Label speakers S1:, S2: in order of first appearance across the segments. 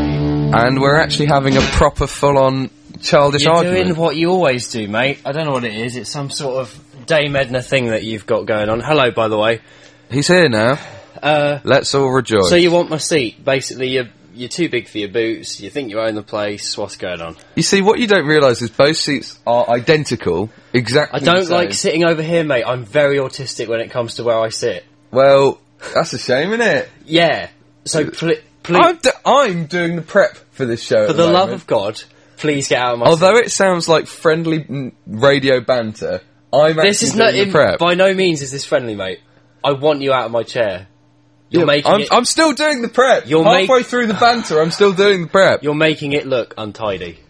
S1: and we're actually having a proper full-on childish
S2: You're
S1: argument.
S2: doing what you always do, mate. I don't know what it is. It's some sort of Dame Edna thing that you've got going on. Hello, by the way.
S1: He's here now.
S2: Uh,
S1: Let's all rejoice.
S2: so you want my seat? Basically, you're you're too big for your boots. You think you own the place. What's going on?
S1: you see, what you don't realise is both seats are identical. Exactly.
S2: I don't
S1: the same.
S2: like sitting over here, mate. I'm very autistic when it comes to where I sit.
S1: Well, that's a shame, isn't it?
S2: Yeah. So pl- please,
S1: I'm, do- I'm doing the prep for this show.
S2: for the love of God, please get out of my.
S1: Although it sounds like friendly mm, radio banter, I'm
S2: This
S1: actually
S2: is not
S1: doing
S2: in,
S1: the prep.
S2: by no means is this friendly, mate. I want you out of my chair. You're making
S1: I'm,
S2: it,
S1: I'm still doing the prep.
S2: You're
S1: halfway
S2: make-
S1: through the banter. I'm still doing the prep.
S2: you're making it look untidy.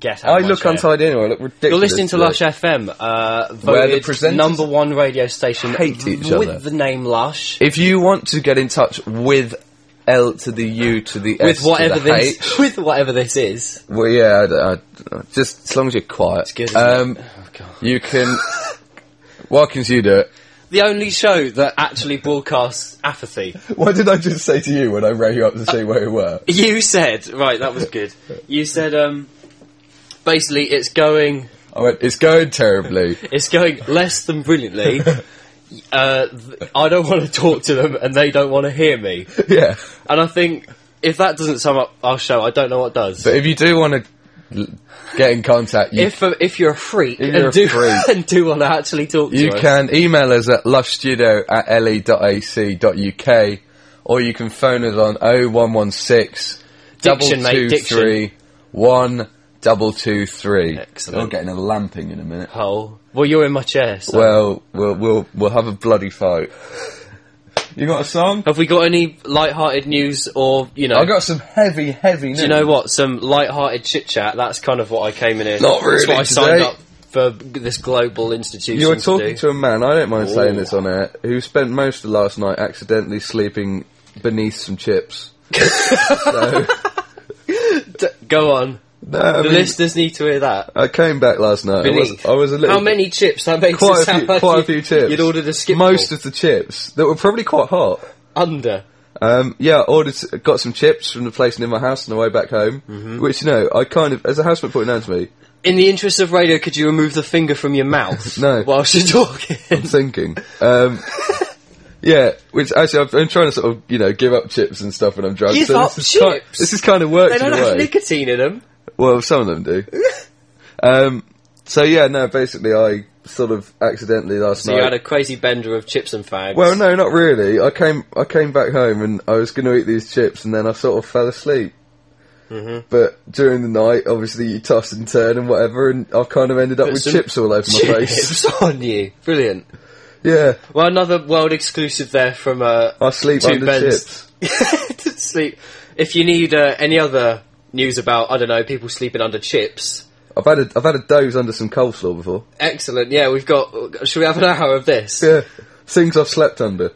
S2: Get out.
S1: I
S2: of my
S1: look
S2: chair.
S1: untidy anyway. I look ridiculous.
S2: You're listening to
S1: today.
S2: Lush FM, uh,
S1: Where the
S2: voted
S1: presenters
S2: number one radio station
S1: hate each
S2: with
S1: other.
S2: the name Lush.
S1: If you want to get in touch with L to the U to the S
S2: With whatever
S1: to the
S2: this,
S1: H,
S2: with whatever this is,
S1: well, yeah, I d- I d- just as long as you're quiet.
S2: good, isn't
S1: um,
S2: it? Oh, God.
S1: you can. Why can you do it?
S2: the only show that actually broadcasts apathy.
S1: What did I just say to you when I rang you up to say where you were?
S2: You said, right, that was good. You said, um, basically, it's going,
S1: I went, it's going terribly.
S2: it's going less than brilliantly. Uh, th- I don't want to talk to them, and they don't want to hear me.
S1: yeah.
S2: And I think if that doesn't sum up our show, I don't know what does.
S1: But if you do want to get in contact, you,
S2: if uh, if you're a freak
S1: If
S2: and
S1: you're a
S2: do
S1: freak.
S2: and do want to actually talk to
S1: you
S2: us,
S1: can email us at lushstudio at le.ac.uk or you can phone us on 0116
S2: Diction, mate,
S1: 223 1223.
S2: Excellent.
S1: We're getting a lamping in a minute.
S2: Hole. Well, you're in my chair. So.
S1: Well, we'll we'll we'll have a bloody fight. You got a song?
S2: have we got any light-hearted news or you know?
S1: I got some heavy, heavy news.
S2: do you know what? Some light-hearted chit chat. That's kind of what I came in here.
S1: Not
S2: That's what I
S1: really
S2: signed
S1: today.
S2: up for this global institution.
S1: You were
S2: to
S1: talking
S2: do.
S1: to a man, I don't mind saying
S2: Ooh.
S1: this on air, who spent most of last night accidentally sleeping beneath some chips. so,
S2: Go on.
S1: no, I,
S2: The
S1: mean,
S2: listeners need to hear that.
S1: I came back last night. I was,
S2: Beneath.
S1: I was a little.
S2: How many chips? That makes it
S1: Quite a,
S2: sound
S1: few,
S2: like
S1: quite
S2: you,
S1: a few chips.
S2: You'd ordered a skip.
S1: Most
S2: ball.
S1: of the chips that were probably quite hot.
S2: under.
S1: Um, yeah, I ordered, got some chips from the place near my house on the way back home.
S2: Mm-hmm.
S1: Which you know, I kind of, as a housemate pointed out to me,
S2: In the interest of radio, could you remove the finger from your mouth?
S1: No.
S2: Whilst you're talking.
S1: thinking. Um, yeah, which actually I've- I'm trying to sort of you know give up chips and stuff when I'm drunk.
S2: Give
S1: so
S2: up
S1: this is ki-
S2: chips?
S1: this is kind of worked
S2: They don't
S1: in a
S2: have
S1: way.
S2: nicotine in them.
S1: Well, some of them do. um, so yeah, no. Basically, I sort of accidentally last
S2: So
S1: night.
S2: you had a crazy bender of chips and fags.
S1: well, no, not really. I came, I came back home and I was going to eat these chips, and then I sort of fell asleep.
S2: Mm-hmm.
S1: But during the night, obviously, you toss and turn and whatever, and I kind of ended up with
S2: some
S1: chips all over my face.
S2: chips on you. Brilliant.
S1: Yeah,
S2: Well, another world exclusive there from uh,
S1: I sleep
S2: Two
S1: under
S2: beds.
S1: chips.
S2: to sleep. If you need uh, any other news about, I don't know, people sleeping under chips.
S1: I've had a, I've had a doze under some coleslaw before.
S2: Excellent. Yeah, we've got. Should we have an hour of this?
S1: Yeah, things I've slept under.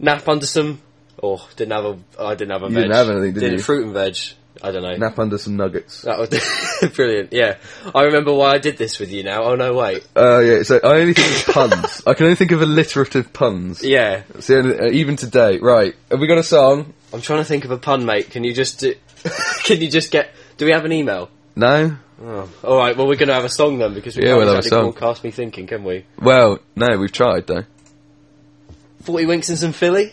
S2: Nap under some. Oh, didn't have a. I didn't have a. You veg.
S1: didn't have anything, did
S2: Didn't
S1: you?
S2: fruit and veg. I don't know.
S1: Nap under some nuggets.
S2: That was brilliant. Yeah, I remember why I did this with you now. Oh no, wait.
S1: Oh yeah, so I only think of puns. I can only think of alliterative puns.
S2: Yeah,
S1: See, and, uh, even today, right? Have we got a song?
S2: I'm trying to think of a pun, mate. Can you just do, can you just get? Do we have an email?
S1: No.
S2: Oh. All right. Well, we're going to have a song then because we
S1: Yeah,
S2: can't
S1: we'll have a
S2: exactly
S1: song.
S2: broadcast me thinking, can we?
S1: Well, no, we've tried though.
S2: Forty winks and some Philly.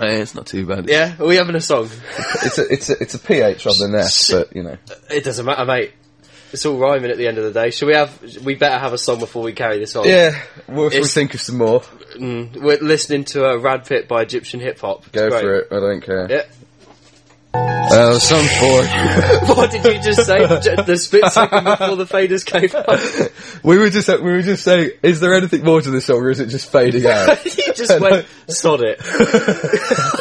S1: Eh, it's not too bad.
S2: Yeah, are we having a song?
S1: it's a it's a, it's a ph rather than an s, but you know.
S2: It doesn't matter, mate. It's all rhyming at the end of the day. Should we have? We better have a song before we carry this on.
S1: Yeah, we'll, we'll
S2: It's-
S1: think of some more.
S2: Mm, we're listening to a Rad Pit by Egyptian Hip Hop.
S1: Go for it. I don't care.
S2: Yeah.
S1: Oh, some for
S2: What did you just say? J- the split second before the faders came on.
S1: we were just uh, we were just saying, is there anything more to this song, or is it just fading out?
S2: you just went, sod it.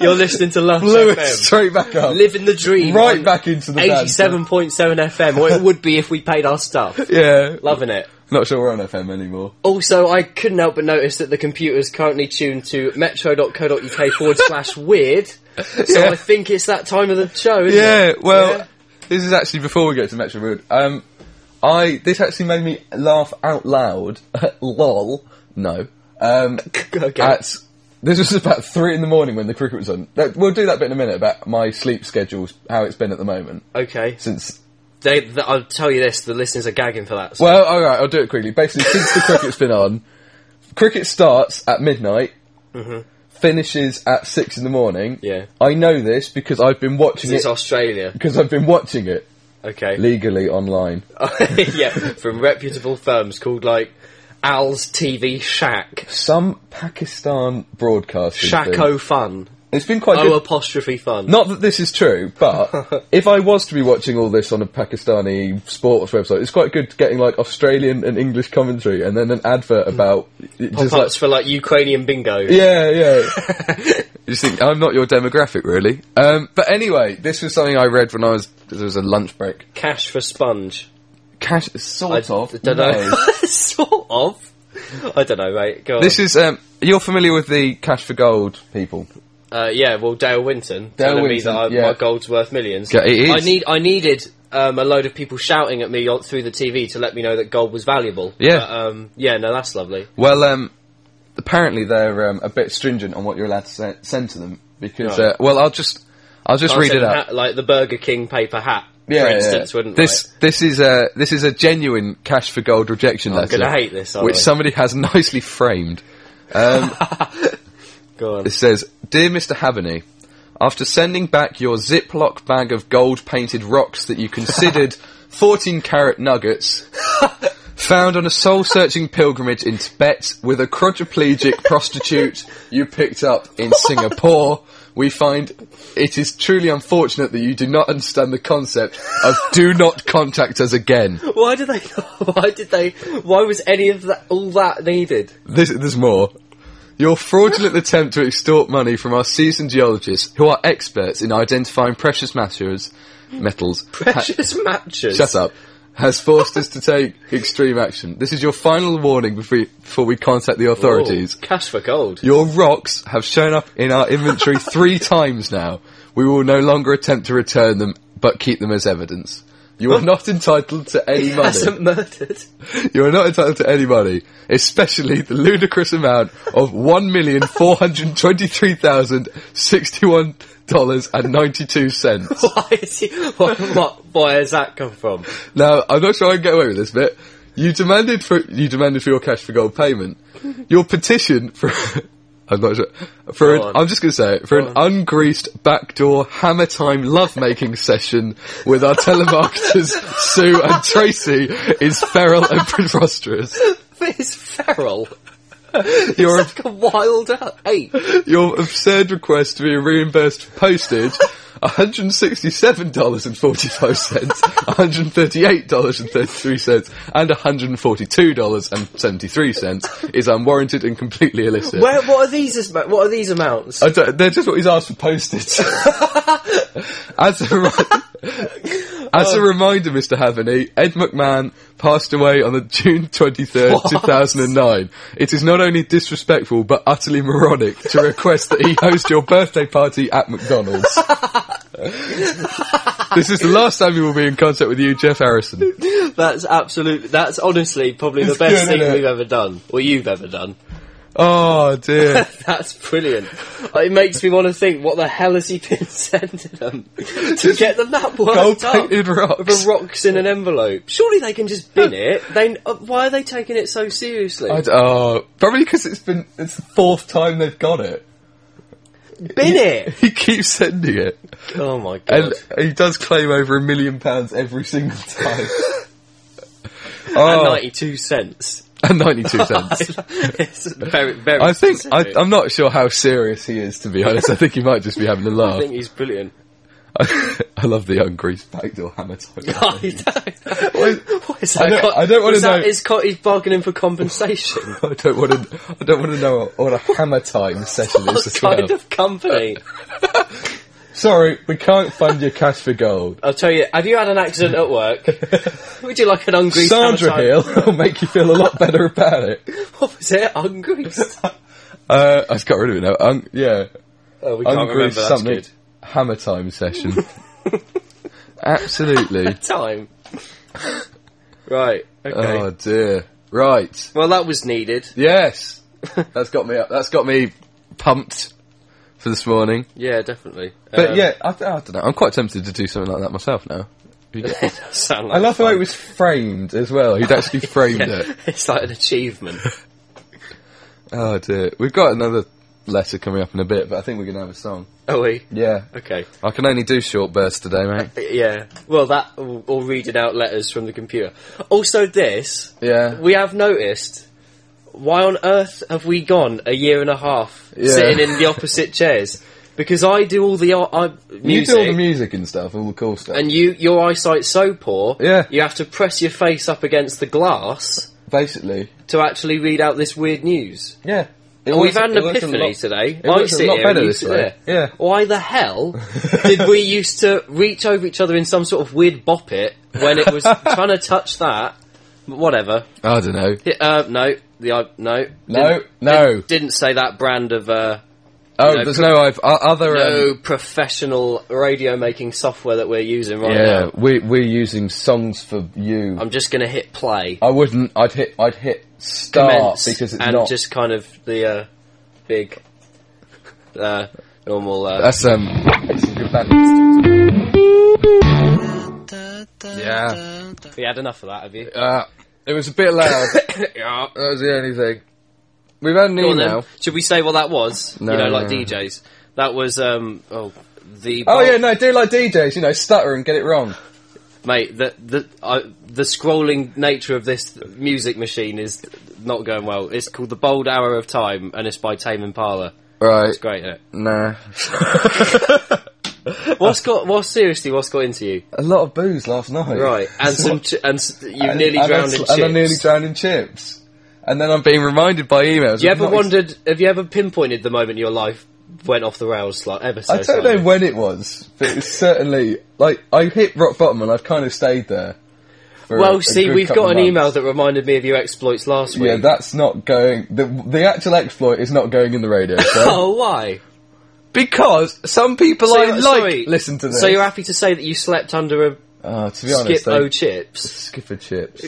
S2: You're listening to Love
S1: Blew it
S2: FM.
S1: straight back up,
S2: Living the dream.
S1: right
S2: on
S1: back into the band.
S2: 87.7 FM, what it would be if we paid our stuff.
S1: Yeah,
S2: Loving it.
S1: not sure we're on FM anymore.
S2: Also, I couldn't help but notice that the computer's currently tuned to metro.co.uk forward slash weird. So
S1: Yeah.
S2: I think it's that time of the show, isn't
S1: Yeah,
S2: it?
S1: well,
S2: Yeah.
S1: this is actually before we get to Metro Mood. Um, I this actually made me laugh out loud. Lol. No. Um,
S2: Okay.
S1: At This was about three in the morning when the cricket was on. That- We'll do that bit in a minute about my sleep schedules, how it's been at the moment
S2: Okay.
S1: since.
S2: They, th I'll tell you this: the listeners are gagging for that. So
S1: Well, all right, I'll do it quickly. Basically, since the cricket's been on, cricket starts at midnight, finishes at six in the morning.
S2: Mm-hmm. Yeah.
S1: I know this because I've been watching it
S2: it's Australia.
S1: because I've been watching it
S2: Okay.
S1: legally online.
S2: Uh, yeah, from reputable firms called like Al's TV Shack,
S1: Some Pakistan broadcasting. thing.
S2: Shacko Fun,
S1: It's been quite
S2: O
S1: good.
S2: apostrophe Fun.
S1: Not that this is true, but if I was to be watching all this on a Pakistani sports website, it's quite good getting like Australian and English commentary and then an
S2: Mm.
S1: advert about
S2: Pop-ups
S1: just like
S2: for like Ukrainian bingo.
S1: yeah, yeah. you think I'm not your demographic really. Um, but anyway, this was something I read when I was there was a lunch break.
S2: Cash for sponge.
S1: Cash sort of.
S2: I don't
S1: no.
S2: know. sort of. I don't know, mate. Go on.
S1: this is um, you're familiar with the cash for gold people.
S2: Uh, yeah, well, Dale Winton
S1: Dale
S2: telling me
S1: Winton,
S2: that I,
S1: yeah.
S2: my gold's worth millions.
S1: Yeah, it is.
S2: I need, I needed um, a load of people shouting at me on, through the TV to let me know that gold was valuable.
S1: Yeah.
S2: But, um, yeah, no, that's lovely.
S1: Well, um, apparently they're um, a bit stringent on what you're allowed to se- send to them because.
S2: Right.
S1: Uh, well, I'll just I'll just
S2: I
S1: read
S2: said
S1: it out.
S2: hat- like the Burger King paper hat,
S1: Yeah,
S2: for
S1: yeah,
S2: instance,
S1: yeah.
S2: wouldn't
S1: this
S2: it?
S1: this is a this is a genuine cash for gold rejection letter.
S2: gonna hate this, aren't
S1: which
S2: I?
S1: somebody has nicely framed.
S2: Go on.
S1: It says, "Dear Mr. Habany, after sending back your Ziploc bag of gold-painted rocks that you considered 14-carat nuggets." Found on a soul-searching pilgrimage in Tibet with a quadriplegic prostitute you picked up in Singapore, we find it is truly unfortunate that you do not understand the concept of do not contact us again.
S2: Why did they? Why did they? Why was any of that all that needed?
S1: This, there's more. Your fraudulent attempt to extort money from our seasoned geologists, who are experts in identifying precious matters, metals.
S2: Precious matches.
S1: Shut up. Has forced us to take extreme action. This is your final warning before, before we contact the
S2: Oh,
S1: authorities.
S2: cash for gold.
S1: Your rocks have shown up in our inventory three times now. We will no longer attempt to return them, but keep them as evidence. You are not entitled to any money.
S2: Hasn't murdered.
S1: You are not entitled to any money, especially the ludicrous amount of one million four hundred twenty-three thousand sixty-one dollars and ninety-two cents.
S2: Why is he? What? what why has that come from?
S1: Now, I'm not sure I can get away with this bit. You demanded for you demanded for your cash for gold payment. Your petition for I'm not sure for
S2: Go
S1: an,
S2: on.
S1: I'm just going to say it for an ungreased backdoor hammer time lovemaking session with our telemarketers Sue and Tracy is feral and preposterous.
S2: It's feral.
S1: Your
S2: It's like a wild ape.
S1: your absurd request to be reimbursed for postage. $167.45, $138.33, and $142.73 is unwarranted and completely illicit.
S2: Where? What are these? as- What are these amounts?
S1: I don't- they're just what he's asked for postage. as a, re- as a reminder, Mr. Havaney, Ed McMahon passed away on the June 23rd, 2009. It is not only disrespectful, but utterly moronic to request that he host your birthday party at McDonald's. this is the last time we will be in contact with you, Jeff Harrison.
S2: Oh, That's absolutely. That's honestly probably the best
S1: good,
S2: thing
S1: isn't it?
S2: we've ever done, or you've ever done.
S1: Oh dear.
S2: That's brilliant. Uh, It makes me want to think, what the hell has he been sending them to get them that worked up?
S1: Gold-plated rocks.
S2: The rocks in an envelope. Surely they can just bin it. They uh, why are they taking it so seriously?
S1: I d- oh, probably because it's been, it's the fourth time they've got it.
S2: bin it.
S1: He keeps sending it.
S2: Oh my
S1: And
S2: god.
S1: he does claim over a million pounds every single time. oh,
S2: Ninety two cents.
S1: and 92 cents.
S2: it's very very.
S1: I think, I,
S2: specific.
S1: I'm not sure how serious he is, to be honest. I think he might just be having a
S2: I
S1: laugh.
S2: think he's brilliant.
S1: I, love the ungreased backdoor hammer time.
S2: I don't.
S1: What is-
S2: What is
S1: I
S2: that?
S1: don't-
S2: co-
S1: I don't wanna
S2: was that
S1: know-
S2: his co- he's bargaining for compensation.
S1: I don't want to. I don't want to know what a hammer time session
S2: what
S1: is as well.
S2: kind of company?
S1: Sorry, we can't fund your cash for gold.
S2: I'll tell you. Have you had an accident at work? Would you like an ungreased
S1: Sandra
S2: hammer
S1: here will make you feel a lot better about it.
S2: time? What was it? Ungreased.
S1: Uh, I just got rid of it now. Un- yeah,
S2: Oh, we can't remember.
S1: ungreased
S2: That's
S1: something
S2: good.
S1: hammer time session. Absolutely.
S2: Time. right. Okay.
S1: Oh dear. Right.
S2: Well, that was needed.
S1: Yes. That's got me up. That's got me pumped for this morning.
S2: Yeah, definitely.
S1: But
S2: Um,
S1: yeah, I, don't know. I'm quite tempted to do something like that myself now.
S2: it does sound like
S1: I love the way it
S2: fun.
S1: was framed as well. He'd actually framed it.
S2: It's like an achievement.
S1: Oh dear. We've got another letter coming up in a bit, but I think we're going to have a song.
S2: Are we?
S1: Yeah.
S2: Okay.
S1: I can only do short bursts today, mate.
S2: Yeah. Well, that or or reading out letters from the computer. Also, this
S1: Yeah.
S2: we have noticed. Why on earth have we gone a year and a half
S1: Yeah.
S2: sitting in the opposite chairs? Because I do all the ar- I,
S1: You
S2: music,
S1: do all the music and stuff, all the cool stuff.
S2: and you your eyesight's so poor.
S1: Yeah.
S2: You have to press your face up against the glass
S1: Basically,
S2: to actually read out this weird news.
S1: yeah. It
S2: Well,
S1: works-
S2: Oh, we've
S1: it
S2: had an
S1: works a
S2: epiphany
S1: lot-
S2: today.
S1: It works
S2: I
S1: a
S2: sit
S1: lot
S2: here
S1: better
S2: and you
S1: this
S2: sit
S1: way.
S2: there.
S1: Yeah.
S2: Why the hell did we used to reach over each other in some sort of weird bop it when it was trying to touch that? But Whatever.
S1: I don't know.
S2: It, uh, no, the I no
S1: No,
S2: Didn't-
S1: no.
S2: didn't, didn't say that brand of uh,
S1: Oh,
S2: No,
S1: there's
S2: pro-
S1: no I've, uh, other.
S2: no
S1: Um,
S2: professional radio making software that we're using right
S1: yeah,
S2: now.
S1: we we're using songs for you.
S2: I'm just gonna hit play,
S1: I wouldn't. I'd hit. I'd hit start
S2: commence,
S1: because it's
S2: and
S1: not.
S2: just kind of the uh, big uh, normal. Uh,
S1: That's um. It's a good band. Yeah.
S2: you had enough of that, have you?
S1: Uh, it was a bit loud. that
S2: yeah.
S1: was the only thing. We've had an
S2: Go on then.
S1: email.
S2: Should we say what that was?
S1: No,
S2: you know, like
S1: no.
S2: DJs. That was um oh the
S1: Oh yeah, no, do like DJs. You know, stutter and get it wrong.
S2: mate the the uh, the scrolling nature of this music machine is not going well. It's called the Bold Hour of Time and it's by Tame Impala.
S1: Right.
S2: It's great. Isn't
S1: Nah.
S2: it? What's got what seriously? What's got into you?
S1: A lot of booze last night.
S2: Right, and some ch- and s- you
S1: and
S2: nearly
S1: I
S2: drowned
S1: sl-
S2: in chips.
S1: And I nearly drowned in chips. And then I'm being reminded by emails.
S2: you
S1: I've
S2: ever
S1: not ex-
S2: wondered? Have you ever pinpointed the moment your life went off the rails? Like ever so
S1: I don't
S2: slightly?
S1: know when it was, but it's certainly like I hit rock bottom and I've kind of stayed there. for a-
S2: Well,
S1: a
S2: see,
S1: good
S2: we've
S1: couple
S2: got an
S1: of
S2: email
S1: months.
S2: that reminded me of your exploits last week.
S1: Yeah, that's not going. The, the actual exploit is not going in the radio. So.
S2: oh, why?
S1: because some people I like
S2: sorry,
S1: listen to this.
S2: So you're happy to say that you slept under a
S1: Oh, to be honest,
S2: skip
S1: they,
S2: o chips,
S1: skipper chips.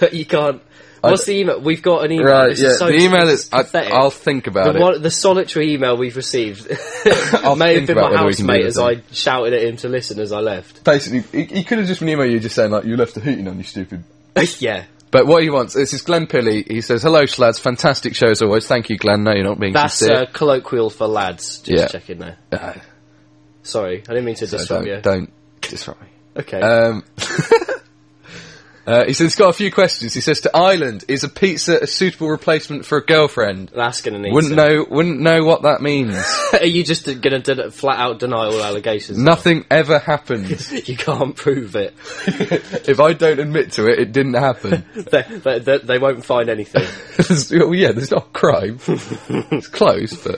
S2: but you can't. What's the email? We've got an email.
S1: Right,
S2: This
S1: yeah.
S2: is so
S1: the email
S2: it's
S1: is. I,
S2: pathetic.
S1: I'll think about
S2: the,
S1: it.
S2: one, the solitary email we've received
S1: I'll
S2: may have
S1: think
S2: been
S1: about
S2: my
S1: whether we can do
S2: housemate
S1: this
S2: as I shouted at him to listen as I left.
S1: Basically, he, he could have just an email you just saying like you left the heating on, you stupid
S2: yeah,
S1: But what he wants, this is Glenn Pilly. He says, "Hello, Schlads. Fantastic show as always. Thank you, Glenn. No, you're not being
S2: that's uh,
S1: sincere.
S2: colloquial for lads. Just
S1: Yeah.
S2: checking there.
S1: No,
S2: Sorry, I didn't mean to disrupt you.
S1: don't, don't disrupt me."
S2: Okay.
S1: Um, uh, he says he's got a few questions. He says to Ireland, "Is a pizza a suitable replacement for a girlfriend?"
S2: that's gonna need.
S1: Wouldn't
S2: some-
S1: know. Wouldn't know what that means.
S2: Are you just gonna den- flat out deny all allegations?
S1: Nothing ever happened.
S2: You can't prove it.
S1: if I don't admit to it, it didn't happen.
S2: they, they, they, they won't find anything.
S1: There's- well, yeah, there's not a crime. it's close, but.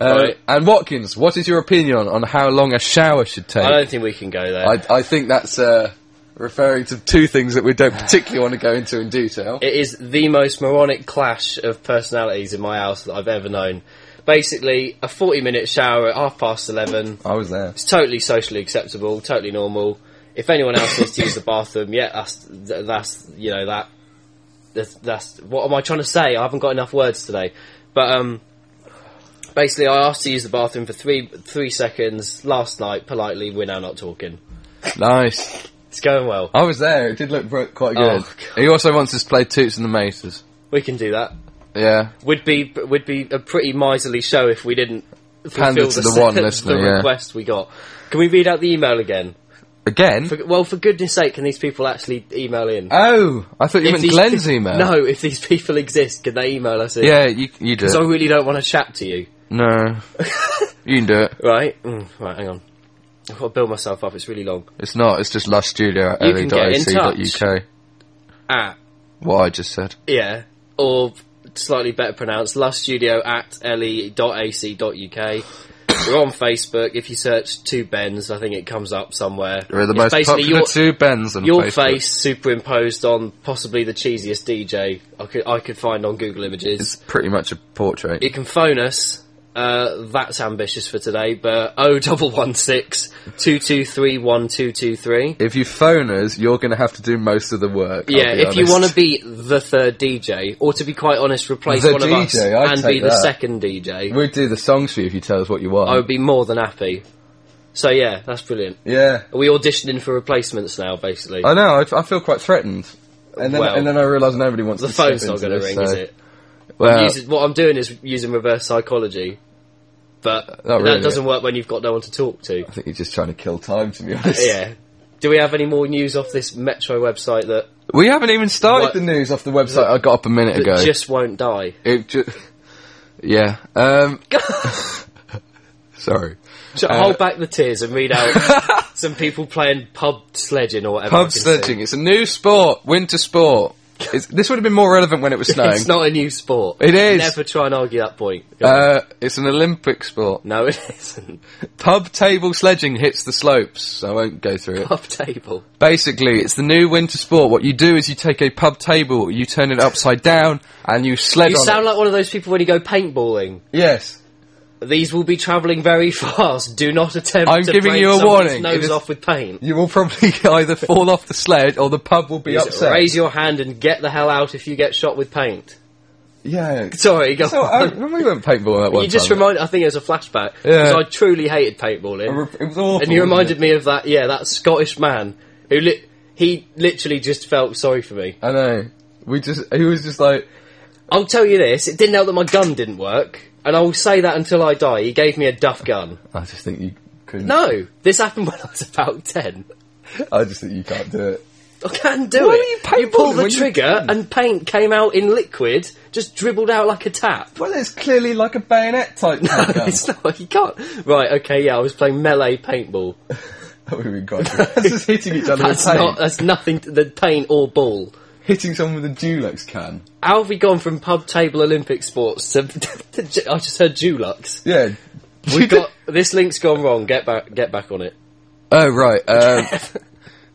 S1: Uh,
S2: Right.
S1: And Watkins, what is your opinion on how long a shower should take?
S2: I don't think we can go there.
S1: I, I think that's uh, referring to two things that we don't particularly want to go into in detail.
S2: it is the most moronic clash of personalities in my house that I've ever known. Basically, a 40 minute shower at half past 11.
S1: I was there.
S2: It's totally socially acceptable, totally normal. If anyone else needs to use the bathroom, yeah, that's, th- that's, you know, that, that's, that's, what am I trying to say? I haven't got enough words today. But, um, basically I asked to use the bathroom for three, three seconds last night, politely, we're now not talking.
S1: Nice.
S2: It's going well.
S1: I was there. It did look bro- quite good.
S2: Oh,
S1: he also wants us to play Toots and the Maces.
S2: We can do that.
S1: Yeah.
S2: would be would be a pretty miserly show if we didn't
S1: Pander
S2: fulfil
S1: to the one listener,
S2: the
S1: yeah.
S2: request we got. Can we read out the email again?
S1: Again?
S2: For, well, for goodness' sake, can these people actually email in?
S1: oh, I thought you
S2: If
S1: meant
S2: these
S1: Glenn's
S2: pe-
S1: email.
S2: No, if these people exist, can they email us in?
S1: Yeah, you, you do it.
S2: 'Cause I really don't want to chat to you.
S1: no. you can do it.
S2: Right? Mm, right, hang on. I've got to build myself up. It's really long.
S1: It's not. It's just lushstudio at E
S2: You can get in
S1: LE.ac.uk.
S2: At
S1: What I just said.
S2: yeah, or slightly better pronounced, luststudio at E le.ac.uk. We're on Facebook. If you search two Bens, I think it comes up somewhere.
S1: We're the
S2: It's
S1: most
S2: basically
S1: popular
S2: your-
S1: two Bens on
S2: your
S1: Facebook.
S2: face superimposed on possibly the cheesiest DJ I could I could find on Google Images.
S1: It's pretty much a portrait.
S2: You can phone us Uh, that's ambitious for today, but oh double one six two two three one two two three.
S1: If you phone us, you're going to have to do most of the work. I'll
S2: Yeah,
S1: be
S2: if you
S1: honest.
S2: want to be the third DJ, or to be quite honest, replace
S1: The
S2: one of us
S1: DJ, I'd
S2: and
S1: take
S2: be the
S1: that.
S2: second DJ,
S1: We'd do the songs for you if you tell us what you want.
S2: I would be more than happy. So yeah, that's brilliant.
S1: yeah.
S2: Are we auditioning for replacements now, basically?
S1: I know, I, I feel quite threatened. And then,
S2: Well,
S1: and then I realise nobody wants
S2: the
S1: to step
S2: phone's not
S1: into
S2: going to
S1: this,
S2: ring,
S1: so- uh,
S2: is it?
S1: Well,
S2: Using- what I'm doing is using reverse psychology, but
S1: Not really.
S2: that doesn't work when you've got no one to talk to.
S1: I think you're just trying to kill time, to be honest.
S2: yeah. Do we have any more news off this Metro website that,
S1: We haven't even started
S2: What-
S1: the news off the website I got up a minute
S2: that
S1: ago.
S2: just won't die?
S1: It ju- yeah. Um, sorry.
S2: So
S1: Uh,
S2: hold back the tears and read out some people playing pub sledging or whatever. I
S1: Pub
S2: can see.
S1: sledging. It's a new sport. Winter sport. It's, this would have been more relevant when it was snowing.
S2: It's not a new sport.
S1: It is.
S2: Never try and argue that point.
S1: uh, it's an Olympic sport.
S2: no, it isn't.
S1: Pub table sledging hits the slopes. I won't go through it.
S2: Pub table.
S1: Basically, it's the new winter sport. What you do is you take a pub table, you turn it upside down, and you sled
S2: You
S1: on
S2: sound
S1: it.
S2: like one of those people when you go paintballing.
S1: yes.
S2: These will be travelling very fast. Do not attempt
S1: I'm
S2: to
S1: giving
S2: break
S1: you a
S2: someone's
S1: warning. It
S2: nose
S1: is-
S2: off with paint.
S1: You will probably either fall off the sled or the pub will be
S2: Just
S1: upset.
S2: Raise your hand and get the hell out if you get shot with paint.
S1: Yeah.
S2: Sorry, go
S1: So,
S2: on.
S1: uh, when we went paintballing that one
S2: you just
S1: time,
S2: remind. I think it was a flashback.
S1: Yeah.
S2: 'cause I truly hated paintballing,
S1: it was awful.
S2: and you
S1: wasn't
S2: reminded
S1: it?
S2: me of that. Yeah, that Scottish man who li- he literally just felt sorry for me.
S1: I know. We just, he was just like,
S2: I'll tell you this: it didn't help that my gun didn't work, and I will say that until I die. He gave me a duff gun.
S1: I just think you couldn't.
S2: No, this happened when I was about ten.
S1: I just think you can't do it.
S2: I can do
S1: Why
S2: it.
S1: are you paintballing
S2: pull the
S1: when you
S2: trigger, and paint came out in liquid, just dribbled out like a tap.
S1: Well, it's clearly like a bayonet type handgun.
S2: it's not. You can't. Right. Okay. Yeah, I was playing melee paintball.
S1: that would have been quite good. That's just hitting each other
S2: That's
S1: with paint.
S2: not. That's nothing. To, the paint or ball.
S1: Hitting someone with a Dulux can.
S2: How have we gone from pub table Olympic sports to? to ju- I just heard Dulux.
S1: Yeah.
S2: We've got this link's gone wrong. Get back. Get back on it.
S1: Oh, right. Um,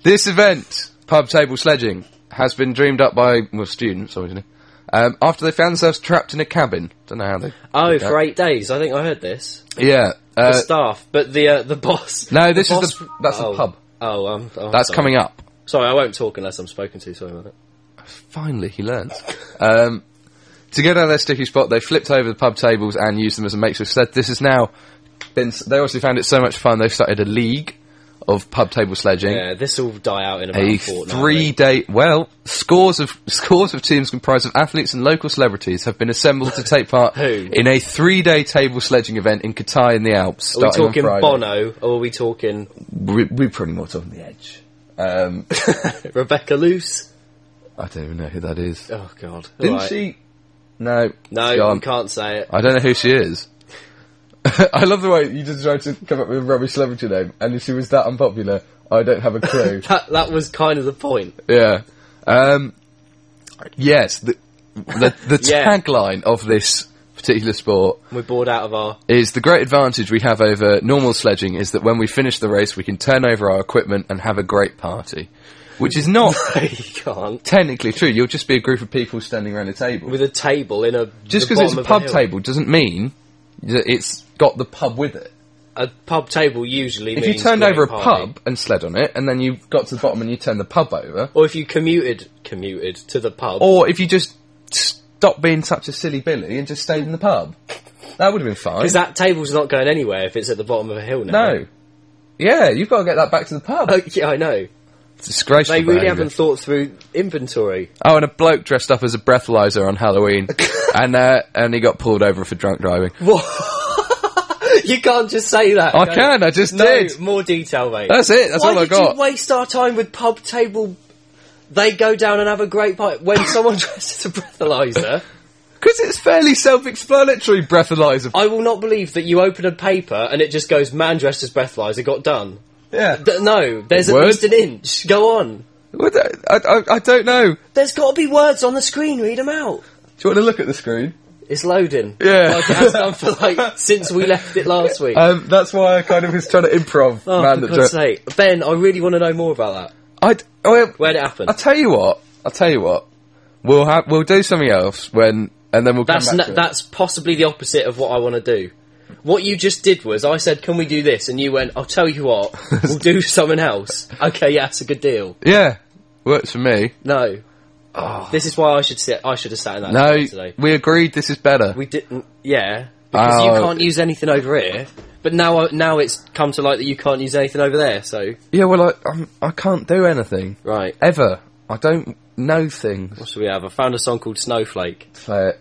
S1: this event, pub table sledging, has been dreamed up by, well, students, obviously. Um, after they found themselves trapped in a cabin. Don't know how they.
S2: Oh,
S1: did that.
S2: for eight days. I think I heard this.
S1: Yeah.
S2: The
S1: Uh,
S2: staff, but the uh, the boss.
S1: No, this is
S2: boss-
S1: the- that's the
S2: oh.
S1: pub.
S2: Oh, um, oh,
S1: that's
S2: sorry.
S1: coming up.
S2: Sorry, I won't talk unless I'm spoken to. Sorry about that.
S1: Finally, he learns. Um, to get out of their sticky spot, they flipped over the pub tables and used them as a makeshift sled. This has now been. They obviously found it so much fun, they've started a league of pub table sledging.
S2: Yeah, this will die out in about
S1: A
S2: a fortnight. I think.
S1: three-day well, scores of scores of teams comprised of athletes and local celebrities have been assembled to take part
S2: Who?
S1: in a three-day table sledging event in Qatar in the Alps.
S2: Are we
S1: starting on
S2: talking
S1: Friday.
S2: Bono or are we talking
S1: We, we're probably more talking the Edge. Um,
S2: Rebecca Luce?
S1: I don't even know who that is.
S2: Oh God!
S1: Didn't
S2: Right.
S1: she? No,
S2: No,
S1: she
S2: you
S1: aren't.
S2: can't say it.
S1: I don't know who she is. I love the way you just tried to come up with a rubbish celebrity name, and if she was that unpopular, I don't have a clue.
S2: That that was kind of the point.
S1: yeah. Um, yes, the, the, the
S2: Yeah.
S1: tagline of this particular sport
S2: We're bored out of our.
S1: is the great advantage we have over normal sledging is that when we finish the race, we can turn over our equipment and have a great party. Which is not
S2: you can't
S1: technically true. You'll just be a group of people standing around a table.
S2: with a table in a
S1: just
S2: the
S1: because it's
S2: bottom
S1: a
S2: of
S1: pub
S2: hill.
S1: table doesn't mean that it's got the pub with it.
S2: A pub table usually.
S1: If you
S2: means
S1: turned
S2: great
S1: over a
S2: party.
S1: pub and sled on it, and then you got to the bottom and you turned the pub over,
S2: or if you commuted commuted to the pub,
S1: or if you just stopped being such a silly Billy and just stayed in the pub, that would have been fine.
S2: because that table's not going anywhere if it's at the bottom of a hill now.
S1: no. Yeah, you've got to get that back to the pub.
S2: Oh, yeah, I know.
S1: It's disgraceful.
S2: They really
S1: behaviour.
S2: haven't thought through inventory.
S1: Oh, and a bloke dressed up as a breathalyzer on Halloween, and uh, and he got pulled over for drunk driving.
S2: You can't just say that.
S1: I
S2: can you?
S1: can, I just
S2: No,
S1: did.
S2: more detail, mate.
S1: That's it, that's
S2: Why
S1: all I
S2: did
S1: got.
S2: you waste our time with pub table? They go down and have a great pint when someone dresses a breathalyzer.
S1: Because it's fairly self-explanatory. Breathalyzer.
S2: I will not believe that you open a paper and it just goes man dressed as breathalyzer got done.
S1: Yeah.
S2: Th- no, there's at
S1: Word?
S2: least an inch. Go on.
S1: Would that- I, I, I don't know. Do
S2: There's got to be words on the screen. Read them out.
S1: you want to look at the screen?
S2: It's loading.
S1: Yeah.
S2: like it has done for like since we left it last week.
S1: Um, that's why I kind of was trying to improv.
S2: oh,
S1: man,
S2: for
S1: that
S2: God's
S1: dre-
S2: sake, Ben, I really want to know more about that.
S1: I. Well,
S2: Where would it happen?
S1: I'll tell you what. I'll tell you what. We'll have we'll do something else when, and then we'll
S2: That's
S1: come
S2: n-
S1: back. to it.
S2: that's possibly the opposite of what I want to do. What you just did was I said, "Can we do this?" and you went, "I'll tell you what, we'll do something else." Okay, yeah, that's a good deal.
S1: Yeah, works for me.
S2: No, this is why I should sit. I should have sat in that
S1: Oh. No,
S2: chair today.
S1: we agreed this is better.
S2: We didn't. Yeah, because you
S1: Oh.
S2: can't use anything over here. But now, I- now it's come to light that you can't use anything over there. So
S1: yeah, well, I I'm, I can't do anything
S2: right,
S1: ever. I don't know things.
S2: what should we have? I found a song called Snowflake.
S1: Play it,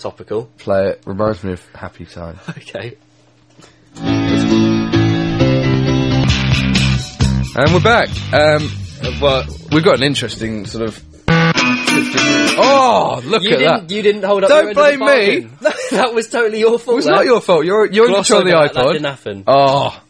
S2: Topical.
S1: play it. Reminds me of happy times.
S2: Okay.
S1: And we're back. Um,
S2: But
S1: we've got an interesting sort of. Oh, look
S2: you
S1: at that!
S2: didn't. You didn't hold up.
S1: Don't
S2: your end of the
S1: blame me.
S2: bargain. that was totally your fault.
S1: It was
S2: that.
S1: not your fault. You're you're in
S2: Gloss
S1: control of the
S2: over that, That didn't
S1: iPod.
S2: happen.
S1: Oh,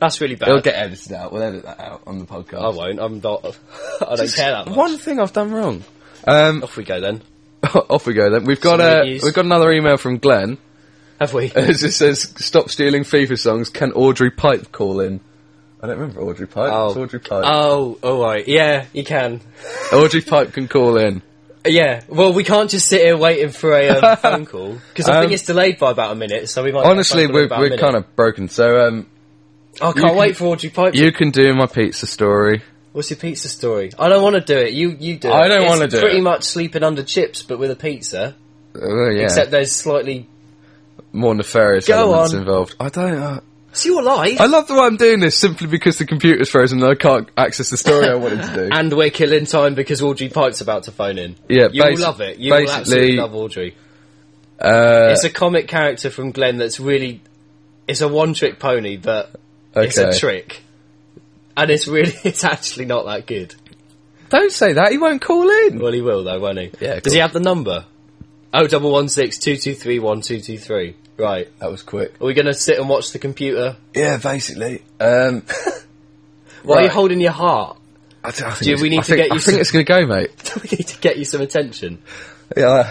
S2: That's really bad.
S1: it'll get edited out. We'll edit that out on the podcast.
S2: I won't. I'm not. I don't care that much.
S1: One thing I've done wrong. Um,
S2: Off we go then.
S1: off we go then. We've got
S2: Some
S1: a
S2: news.
S1: we've got another email from Glenn.
S2: Have we?
S1: It just says, "Stop stealing FIFA songs." Can Audrey Pipe call in? I don't remember Audrey Pipe.
S2: Oh.
S1: It's Audrey Pipe.
S2: Oh, all right. Yeah, you can. Oh.
S1: Audrey Pipe can call in.
S2: Yeah. Well, we can't just sit here waiting for a um, phone call because I
S1: Um,
S2: think it's delayed by about a minute. So we might.
S1: Honestly, we're we're kind of broken. So um,
S2: Oh, I can't
S1: you can-
S2: wait for Audrey Pipe.
S1: you can do my pizza story.
S2: What's your pizza story? I don't want to do it. You you do.
S1: I
S2: it.
S1: don't
S2: It's
S1: wanna do
S2: Pretty
S1: it.
S2: much sleeping under chips, but with a pizza.
S1: Oh yeah,
S2: Except there's slightly.
S1: more nefarious
S2: Go
S1: elements
S2: on.
S1: involved. I don't. Uh,
S2: It's your life.
S1: I love the way I'm doing this simply because the computer's frozen and I can't access the story I wanted to do.
S2: and we're killing time because Audrey Pipe's about to phone in.
S1: Yeah,
S2: you will
S1: basi-
S2: love it. You will
S1: basically-
S2: absolutely love Audrey.
S1: Uh,
S2: It's a comic character from Glenn that's really. It's a one-trick pony, but it's a
S1: Okay.
S2: trick, and it's really it's actually not that good.
S1: don't say that. He won't call in.
S2: Well, he will though, won't he?
S1: Yeah, of
S2: Does he
S1: course.
S2: have the number? Oh, double one six two two three one two two three. Right.
S1: That was quick.
S2: Are we going to sit and watch the computer?
S1: Yeah, basically. Um,
S2: Why are you
S1: Right.
S2: holding your heart?
S1: I, don't- I think
S2: Dude,
S1: it's-
S2: we need
S1: I
S2: to
S1: think-
S2: get you
S1: I think
S2: some-
S1: it's going to go, mate.
S2: we need to get you some attention.
S1: Yeah.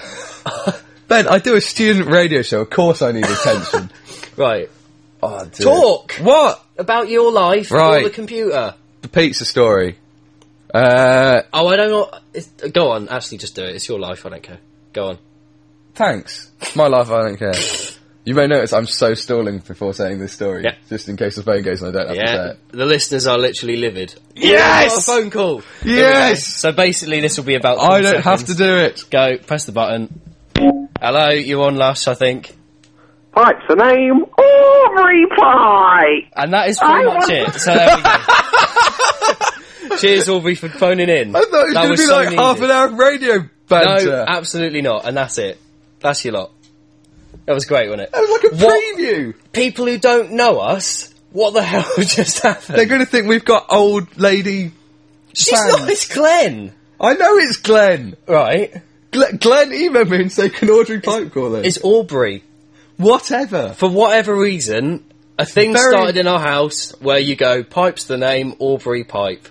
S1: ben, I do a student radio show. Of course, I need attention.
S2: Right.
S1: oh, dear.
S2: Talk!
S1: What?
S2: About your life
S1: Right.
S2: or the computer.
S1: The pizza story. Uh,
S2: Oh, I don't know. It's, go on, actually, just do it. It's your life. I don't care. Go on.
S1: thanks. My life, I don't care. You may notice I'm so stalling before saying this story,
S2: Yeah.
S1: just in case the phone goes and I don't have to say
S2: Yeah,
S1: it.
S2: the listeners are literally livid.
S1: Yes!
S2: Oh, a phone call. Here we go.
S1: Yes!
S2: So basically, this will be about.
S1: I don't have to do it.
S2: go. Press the button. Hello, you're on Lush, I think,
S3: Pipe's the name. Aubrey Pike!
S2: and that is pretty
S3: I
S2: much
S3: want-
S2: it. So there we go. Cheers, Aubrey, for phoning in.
S1: I thought it was
S2: That
S1: going to be
S2: so
S1: like half
S2: needed.
S1: an hour of radio banter.
S2: No, uh, absolutely not. And that's it. That's your lot. That was great, wasn't
S1: that
S2: it?
S1: was like a
S2: What-
S1: preview.
S2: People who don't know us, what the hell just happened?
S1: They're going to think we've got old lady.
S2: She's
S1: fans.
S2: not. It's Glenn,
S1: I know it's Glenn.
S2: right?
S1: Glenn, Glenn emailed me and said, "Can Audrey Pipe call in?"
S2: It's Aubrey.
S1: whatever.
S2: for whatever reason, a thing
S1: Very-
S2: started in our house where you go, Pipe's the name, Aubrey Pipe.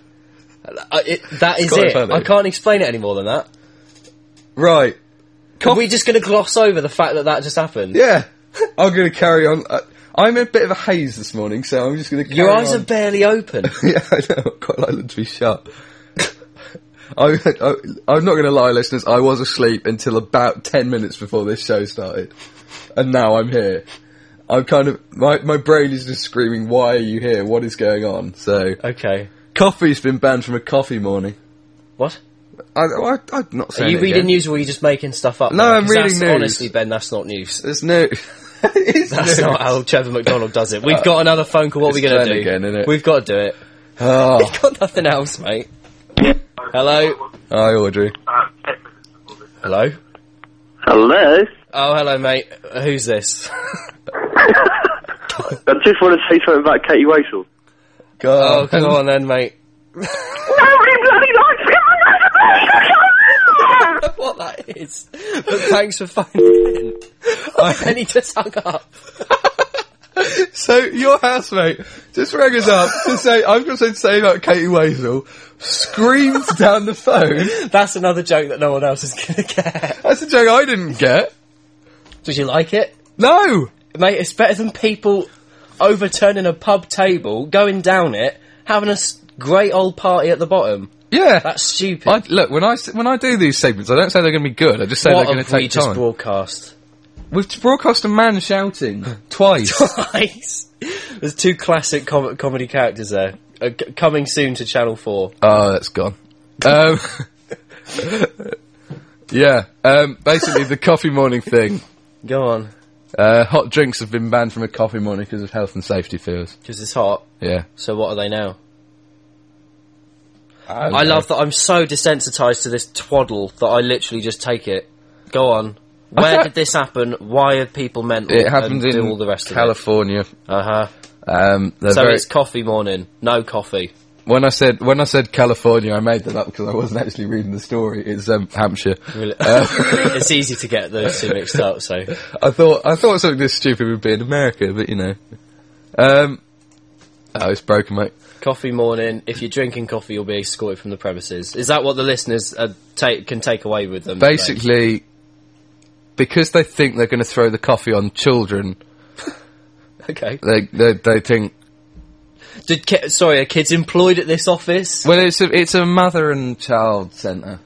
S2: Uh, I- it- that is
S1: quite
S2: it.
S1: funny.
S2: I can't explain it any more than that.
S1: Right.
S2: Are we just going to gloss over the fact that that just happened?
S1: Yeah. I'm going to carry on. Uh, I'm in a bit of a haze this morning, so I'm just going to.
S2: Your eyes are barely open.
S1: yeah, I know. I quite like them to be shut. I, I, I'm not going to lie, listeners. I was asleep until about ten minutes before this show started, and now I'm here. I'm kind of my my brain is just screaming, "Why are you here? What is going on?" So
S2: okay.
S1: coffee's been banned from a coffee morning.
S2: What?
S1: I, I, I'm not
S2: Are
S1: saying
S2: you
S1: it
S2: reading
S1: again.
S2: news or are you just making stuff up?
S1: No,
S2: now?
S1: I'm
S2: 'Cause
S1: reading
S2: that's-
S1: news.
S2: Honestly, Ben, that's not news.
S1: It's new. it's
S2: That's
S1: new.
S2: not how Trevor McDonald does it. We've got another phone call. What are we
S1: Uh, It's
S2: going to
S1: Glenn
S2: do?
S1: again, innit?
S2: We've got to do it.
S1: Oh.
S2: We've got nothing else, mate. Hello?
S1: Hi, Audrey.
S2: Hello?
S3: Hello?
S2: Oh, hello, mate. Who's this?
S3: I just want to say something about Katie Waisel.
S2: Oh,
S1: God.
S2: come on then, mate.
S3: Nobody bloody likes
S2: I don't know what that is. But thanks for finding it. And he just hung up.
S1: So your housemate just rang us up to say I've got something to say about Katie Wazel. Screams down the phone.
S2: That's another joke that no one else is going to get.
S1: That's a joke I didn't get.
S2: Did you like it?
S1: No,
S2: Mate, it's better than people overturning a pub table, going down it, having a s- great old party at the bottom.
S1: yeah.
S2: That's stupid.
S1: I, look when I s- when I do these segments, I don't say they're going to be good. I just say
S2: what
S1: they're going
S2: have
S1: to
S2: we
S1: take
S2: just
S1: time.
S2: broadcast?
S1: We've broadcast a man shouting twice.
S2: Nice. There's two classic com- comedy characters there. Uh, c- coming soon to Channel 4.
S1: Oh, that's gone. Um, yeah, um, basically the coffee morning thing.
S2: Go on.
S1: Uh, hot drinks have been banned from a coffee morning because of health and safety fears.
S2: Because it's hot.
S1: Yeah.
S2: So what are they now? I love that I'm so desensitized to this twaddle that I literally just take it. Go on. Where
S1: thought-
S2: did this happen? Why are people mental?
S1: It happened
S2: and
S1: in
S2: do all the rest
S1: California.
S2: of it. Uh huh.
S1: Um, they're
S2: So
S1: very-
S2: it's coffee morning. No coffee.
S1: when I said when I said California, I made that up because I wasn't actually reading the story. It's um, Hampshire. Uh,
S2: Really- it's easy to get those two mixed up. So
S1: I thought I thought something this stupid would be in America, but you know, um, oh, it's broken, mate.
S2: coffee morning. If you're drinking coffee, you'll be escorted from the premises. Is that what the listeners uh, take, can take away with them?
S1: basically because they think they're going to throw the coffee on children
S2: okay.
S1: they they, they think
S2: Did ki- sorry, are kids employed at this office?
S1: well it's a, it's a mother and child center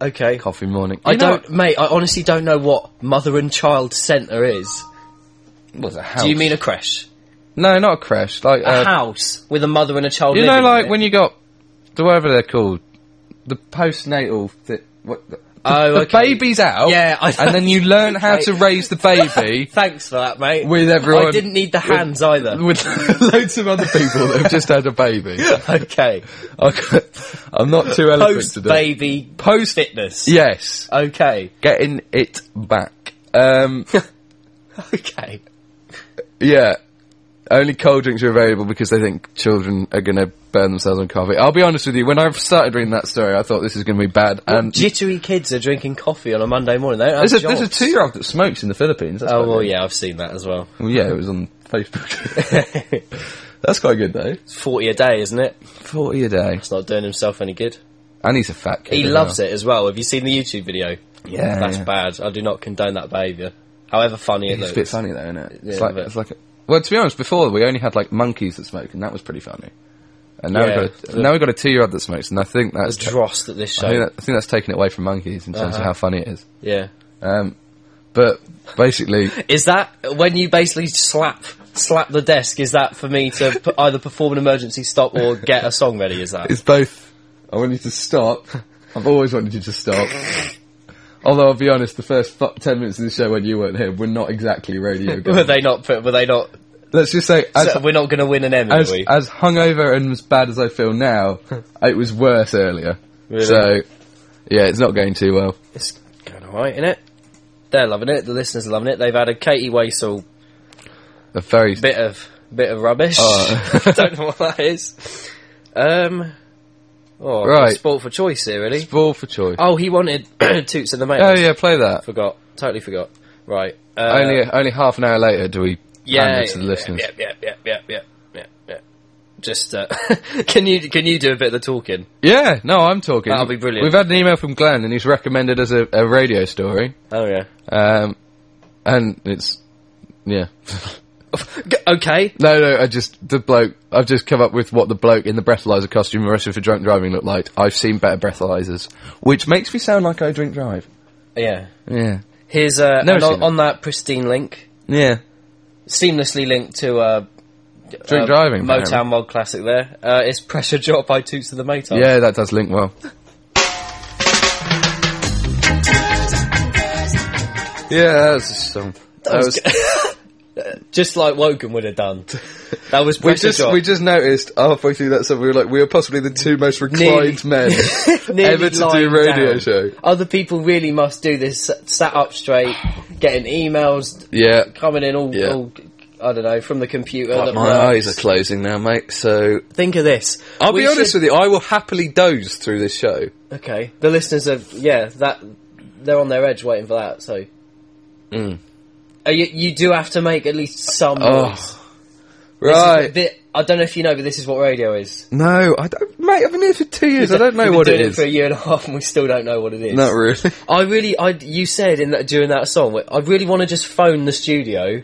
S2: Okay.
S1: coffee morning
S2: I
S1: You know-
S2: don't, mate. I honestly don't know what mother and child centre is.
S1: Well, it's a house.
S2: Do you mean a crash?
S1: no not a crash like
S2: A
S1: uh,
S2: house with a mother and a child?
S1: you know
S2: living
S1: like
S2: in it?
S1: when you got the whatever they're called the postnatal thi- what the,
S2: Oh,
S1: the
S2: okay.
S1: baby's out
S2: Yeah, I
S1: and then you learn how to
S2: Right.
S1: raise the baby
S2: Thanks for that, mate.
S1: With everyone-
S2: I didn't need the hands either.
S1: with loads of other people that have just had a baby
S2: okay.
S1: I, am not too eloquent
S2: Post
S1: today
S2: baby
S1: post
S2: fitness.
S1: yes
S2: Okay.
S1: getting it back. Um,
S2: Okay.
S1: yeah. Only cold drinks are available because they think children are going to burn themselves on coffee. I'll be honest with you. When I started reading that story, I thought this is going to be bad. And
S2: Jittery kids are drinking coffee on a Monday morning. They don't have
S1: Um, there's a, there's a
S2: jobs.
S1: two-year-old that smokes in the Philippines. That's
S2: Oh
S1: quite
S2: well,
S1: good.
S2: yeah, I've seen that as well.
S1: Well, yeah, it was on Facebook. That's quite good though.
S2: It's forty a day, isn't it?
S1: Forty a day,
S2: It's not doing himself any good.
S1: and he's a fat kid.
S2: He loves it as well. Have you seen the YouTube video?
S1: Yeah,
S2: that's
S1: yeah.
S2: bad. I do not condone that behaviour. However funny it
S1: It's a
S2: looks.
S1: bit funny though, isn't it? It's
S2: Yeah,
S1: like
S2: but-
S1: it's like. A, well, to be honest, before we only had like monkeys that smoked, and that was pretty funny. And now
S2: Yeah.
S1: we've got a, now we've got a two-year-old that smokes, and I think that's
S2: dross that this
S1: I think,
S2: show.
S1: that, I think that's taken it away from monkeys in terms of
S2: Uh-huh.
S1: how funny it is.
S2: Yeah.
S1: Um, but basically,
S2: Is that when you basically slap slap the desk? Is that for me to p- either perform an emergency stop or get a song ready? Is that
S1: it's both. I want you to stop. I've always wanted you to stop. Although I'll be honest, the first fu- ten minutes of the show when you weren't here were not exactly radio.
S2: were
S1: gold.
S2: they not? put- Were they not?
S1: Let's just say, as,
S2: so we're not going to win an Emmy,
S1: as,
S2: are we?
S1: as hungover and as bad as I feel now, it was worse earlier.
S2: Really?
S1: So, yeah, it's not going too well.
S2: it's going alright, isn't it? They're loving it. The listeners are loving it. They've had a Katie Waisel
S1: A very
S2: bit of bit of rubbish.
S1: Oh.
S2: I don't know what that is. Um, oh, I've got
S1: Right.
S2: Sport for choice here, really.
S1: ball for choice.
S2: Oh, he wanted Toots and the Mate.
S1: Oh yeah, play that.
S2: Forgot. Totally forgot. Right. Uh,
S1: only only half an hour later do we hand
S2: yeah,
S1: it to the listeners.
S2: Yep, yep, yep, yep, yep, yep, yep. Just uh, can you can you do a bit of the talking?
S1: Yeah, no, I'm talking.
S2: That'll be brilliant.
S1: We've had an email from Glenn, and he's recommended us a, a radio story,
S2: Oh yeah.
S1: um, and it's yeah.
S2: okay.
S1: No, no, I just the bloke. I've just come up with what the bloke in the breathalyzer costume arrested for drunk driving looked like. I've seen better breathalyzers, which makes me sound like I drink drive.
S2: Yeah.
S1: Yeah,
S2: Here's uh,
S1: Never
S2: and
S1: seen
S2: on,
S1: it.
S2: on that pristine link,
S1: yeah.
S2: seamlessly linked to uh,
S1: Drink
S2: uh,
S1: driving. apparently.
S2: Motown Mod Classic. There, uh, it's Pressure Drop by Toots and the Maytime.
S1: Yeah, that does link well. Yeah, that's a song. That was-
S2: just like Wogan would have done. That was
S1: We
S2: pressure
S1: just
S2: drop.
S1: we just noticed halfway through that song we were like we are possibly the two most reclined men
S2: Nearly
S1: ever to do
S2: lying
S1: radio
S2: down.
S1: show.
S2: Other people really must do this, sat up straight, getting emails
S1: Yeah.
S2: coming in all,
S1: Yeah.
S2: all I don't know, from the computer. that
S1: my
S2: works.
S1: eyes are closing now, mate. So
S2: Think of this.
S1: I'll be honest with you, I will happily doze through this show.
S2: you. Okay, the listeners are yeah that they're on their edge waiting for that. So, Uh, you you do have to make at least some
S1: Mm. Oh,
S2: noise. This is
S1: Right?
S2: a bit- I don't know if you know, but this is what radio is.
S1: no, I don't, mate. I've been here for two years. I don't know
S2: We've been
S1: what it
S2: doing
S1: is.
S2: for a year and a half, and we still don't know what it is.
S1: Not really.
S2: I really, I you said in that during that song, I really want to just phone the studio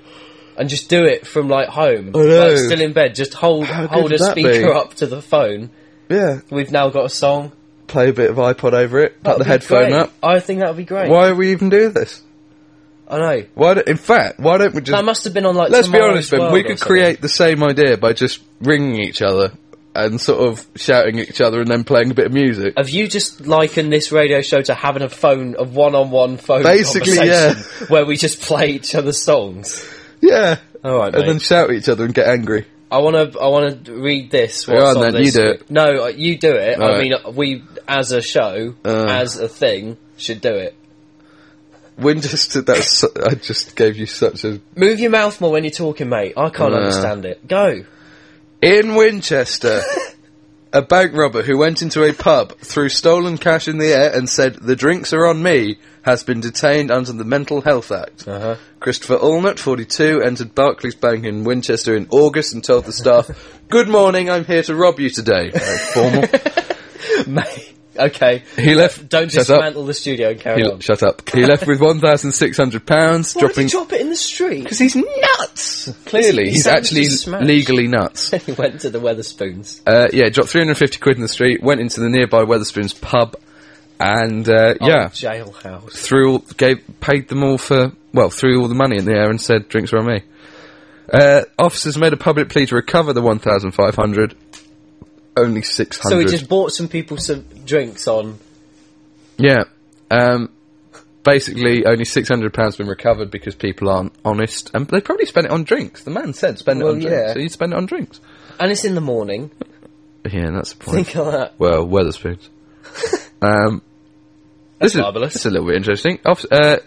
S2: and just do it from like home,
S1: know.
S2: like still in bed. Just hold
S1: good
S2: hold a
S1: would that be?
S2: speaker up to the phone.
S1: Yeah,
S2: We've now got a song.
S1: play a bit of iPod over it. Put
S2: That'd
S1: the
S2: be
S1: headphone
S2: great.
S1: up.
S2: I think that would be great.
S1: Why would we even do this?
S2: I know.
S1: Why? do in fact, why don't we just?
S2: That must have been on like.
S1: let's be
S2: Tomorrow's
S1: honest, Ben.
S2: World
S1: We
S2: or
S1: could
S2: something.
S1: create the same idea by just ringing each other and sort of shouting at each other and then playing a bit of music.
S2: Have you just likened this radio show to having a phone, a one-on-one phone
S1: Basically,
S2: conversation where we just play each other's songs?
S1: yeah.
S2: All right,
S1: and
S2: mate.
S1: then shout at each other and get angry.
S2: I want to. I want to read this.
S1: on,
S2: What's on
S1: then, you
S2: this.
S1: do it.
S2: No, uh, you do it. I
S1: Alright.
S2: mean, uh, we as a show,
S1: Uh.
S2: as a thing, should do it.
S1: Winchester, that's su- I just gave you such a
S2: Move your mouth more when you're talking, mate. I can't
S1: Uh.
S2: understand it. Go.
S1: in Winchester. A bank robber who went into a pub, threw stolen cash in the air, and said, The drinks are on me, has been detained under the Mental Health Act.
S2: Uh-huh.
S1: Christopher Allnut, 42, entered Barclays Bank in Winchester in August and told the staff, Good morning, I'm here to rob you today. Very formal.
S2: Mate. Okay.
S1: He left.
S2: Don't
S1: shut up.
S2: dismantle the studio and carry
S1: He,
S2: on.
S1: shut up. He left with £1,600,
S2: Why did
S1: dropping.
S2: you drop it in the street?
S1: Because he's nuts! Clearly,
S2: He
S1: he's
S2: sounds
S1: actually
S2: just smashed.
S1: legally nuts.
S2: he went to the Weatherspoons.
S1: Uh, yeah, dropped 350 quid in the street, went into the nearby Weatherspoons pub, and uh, yeah,
S2: Oh, jailhouse.
S1: threw all, gave, paid them all for, well, threw all the money in the air and said, drinks were on me. Uh, officers made a public plea to recover the 1,500, only 600.
S2: So he just bought some people some drinks on.
S1: Yeah. Um, basically, only £600 been recovered because people aren't honest, and they probably spent it on drinks. The man said spend it
S2: Well,
S1: on
S2: yeah.
S1: drinks, so you spend it on drinks.
S2: And it's in the morning.
S1: Yeah, that's the point.
S2: Think of that.
S1: Well, Weatherspoons. um, this is
S2: marvellous.
S1: this is a little bit interesting. Off, uh,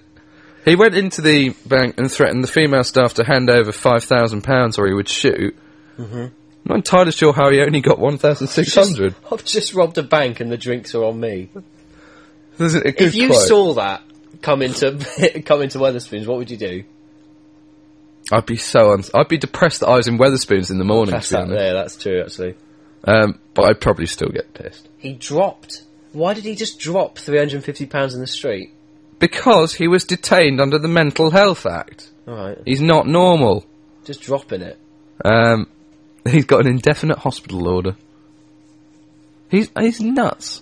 S1: he went into the bank and threatened the female staff to hand over five thousand pounds, or he would shoot. Mm-hmm. I'm not entirely sure how he only got one thousand six hundred.
S2: Just- I've just robbed a bank and the drinks are on me.
S1: This is a good
S2: If you
S1: quote.
S2: saw that come into come into Weatherspoons, what would you do?
S1: I'd be so uns- I'd be depressed that I was in Weatherspoons in the morning.
S2: That's
S1: to be
S2: that
S1: honest.
S2: there. That's true, actually.
S1: Um, but I'd probably still get pissed
S2: He dropped. Why did he just drop three hundred and fifty pounds in the street?
S1: because he was detained under the Mental Health Act.
S2: All right,
S1: He's not normal.
S2: just dropping it.
S1: Um, he's got an indefinite hospital order. He's he's nuts,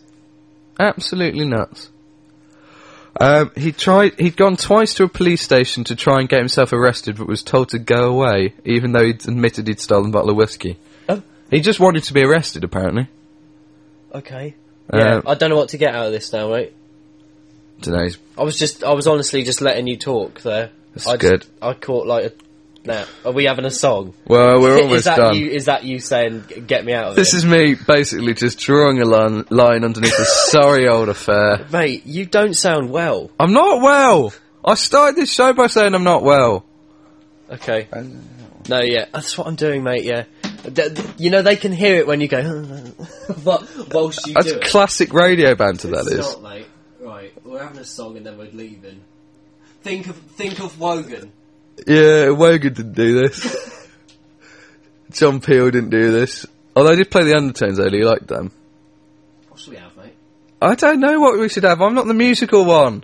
S1: absolutely nuts. Um, he tried. He'd gone twice to a police station to try and get himself arrested, but was told to go away, even though he'd admitted he'd stolen a bottle of whiskey.
S2: Oh,
S1: He just wanted to be arrested, apparently.
S2: okay. Yeah,
S1: Uh,
S2: I don't know what to get out of this now, mate.
S1: Today's
S2: I was just, I was honestly just letting you talk there.
S1: That's
S2: I just-
S1: good.
S2: I caught like a. Now, are we having a song?
S1: well, we're
S2: is
S1: almost
S2: that
S1: done.
S2: you? Is that you saying, "G- "Get me out of
S1: This
S2: here"?
S1: is me basically just drawing a line, line underneath a sorry old affair.
S2: Mate, you don't sound well.
S1: I'm not well. I started this show by saying I'm not well.
S2: Okay. No, yeah, that's what I'm doing, mate. Yeah, Th- th- you know they can hear it when you go. but whilst you
S1: That's
S2: do it,
S1: classic radio banter. That
S2: It's
S1: is.
S2: not, mate. Right, we're having a song and then we're leaving. Think of think of Wogan.
S1: Yeah, Wogan didn't do this. John Peel didn't do this. Although I did play the Undertones earlier, you liked them.
S2: What should we have, mate?
S1: I don't know what we should have. I'm not the musical one.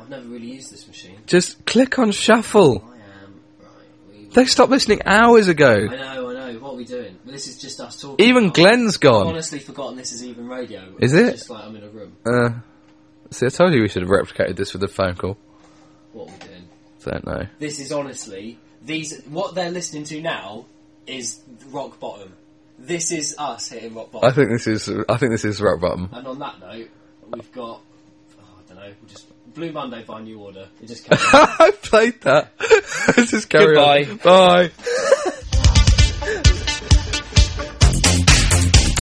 S2: I've never really used this machine.
S1: Just click on shuffle.
S2: I am right. We,
S1: They stopped listening hours ago.
S2: I know, I know. What are we doing? This is just us talking.
S1: Even
S2: about-
S1: Glenn's
S2: I've
S1: gone.
S2: honestly forgotten this is even radio.
S1: Is
S2: It's
S1: it?
S2: Just like I'm in a room.
S1: Uh, see, I told you we should have replicated this with a phone call.
S2: What are we doing?
S1: Don't know.
S2: this is honestly these what they're listening to now is rock bottom. This is us hitting rock
S1: I
S2: bottom.
S1: think this is. I think this is rock bottom.
S2: and on that note, we've got oh, I don't know, we'll just Blue Monday by New Order. It just came.
S1: I played that. Just carry on.
S2: Goodbye.
S1: Bye.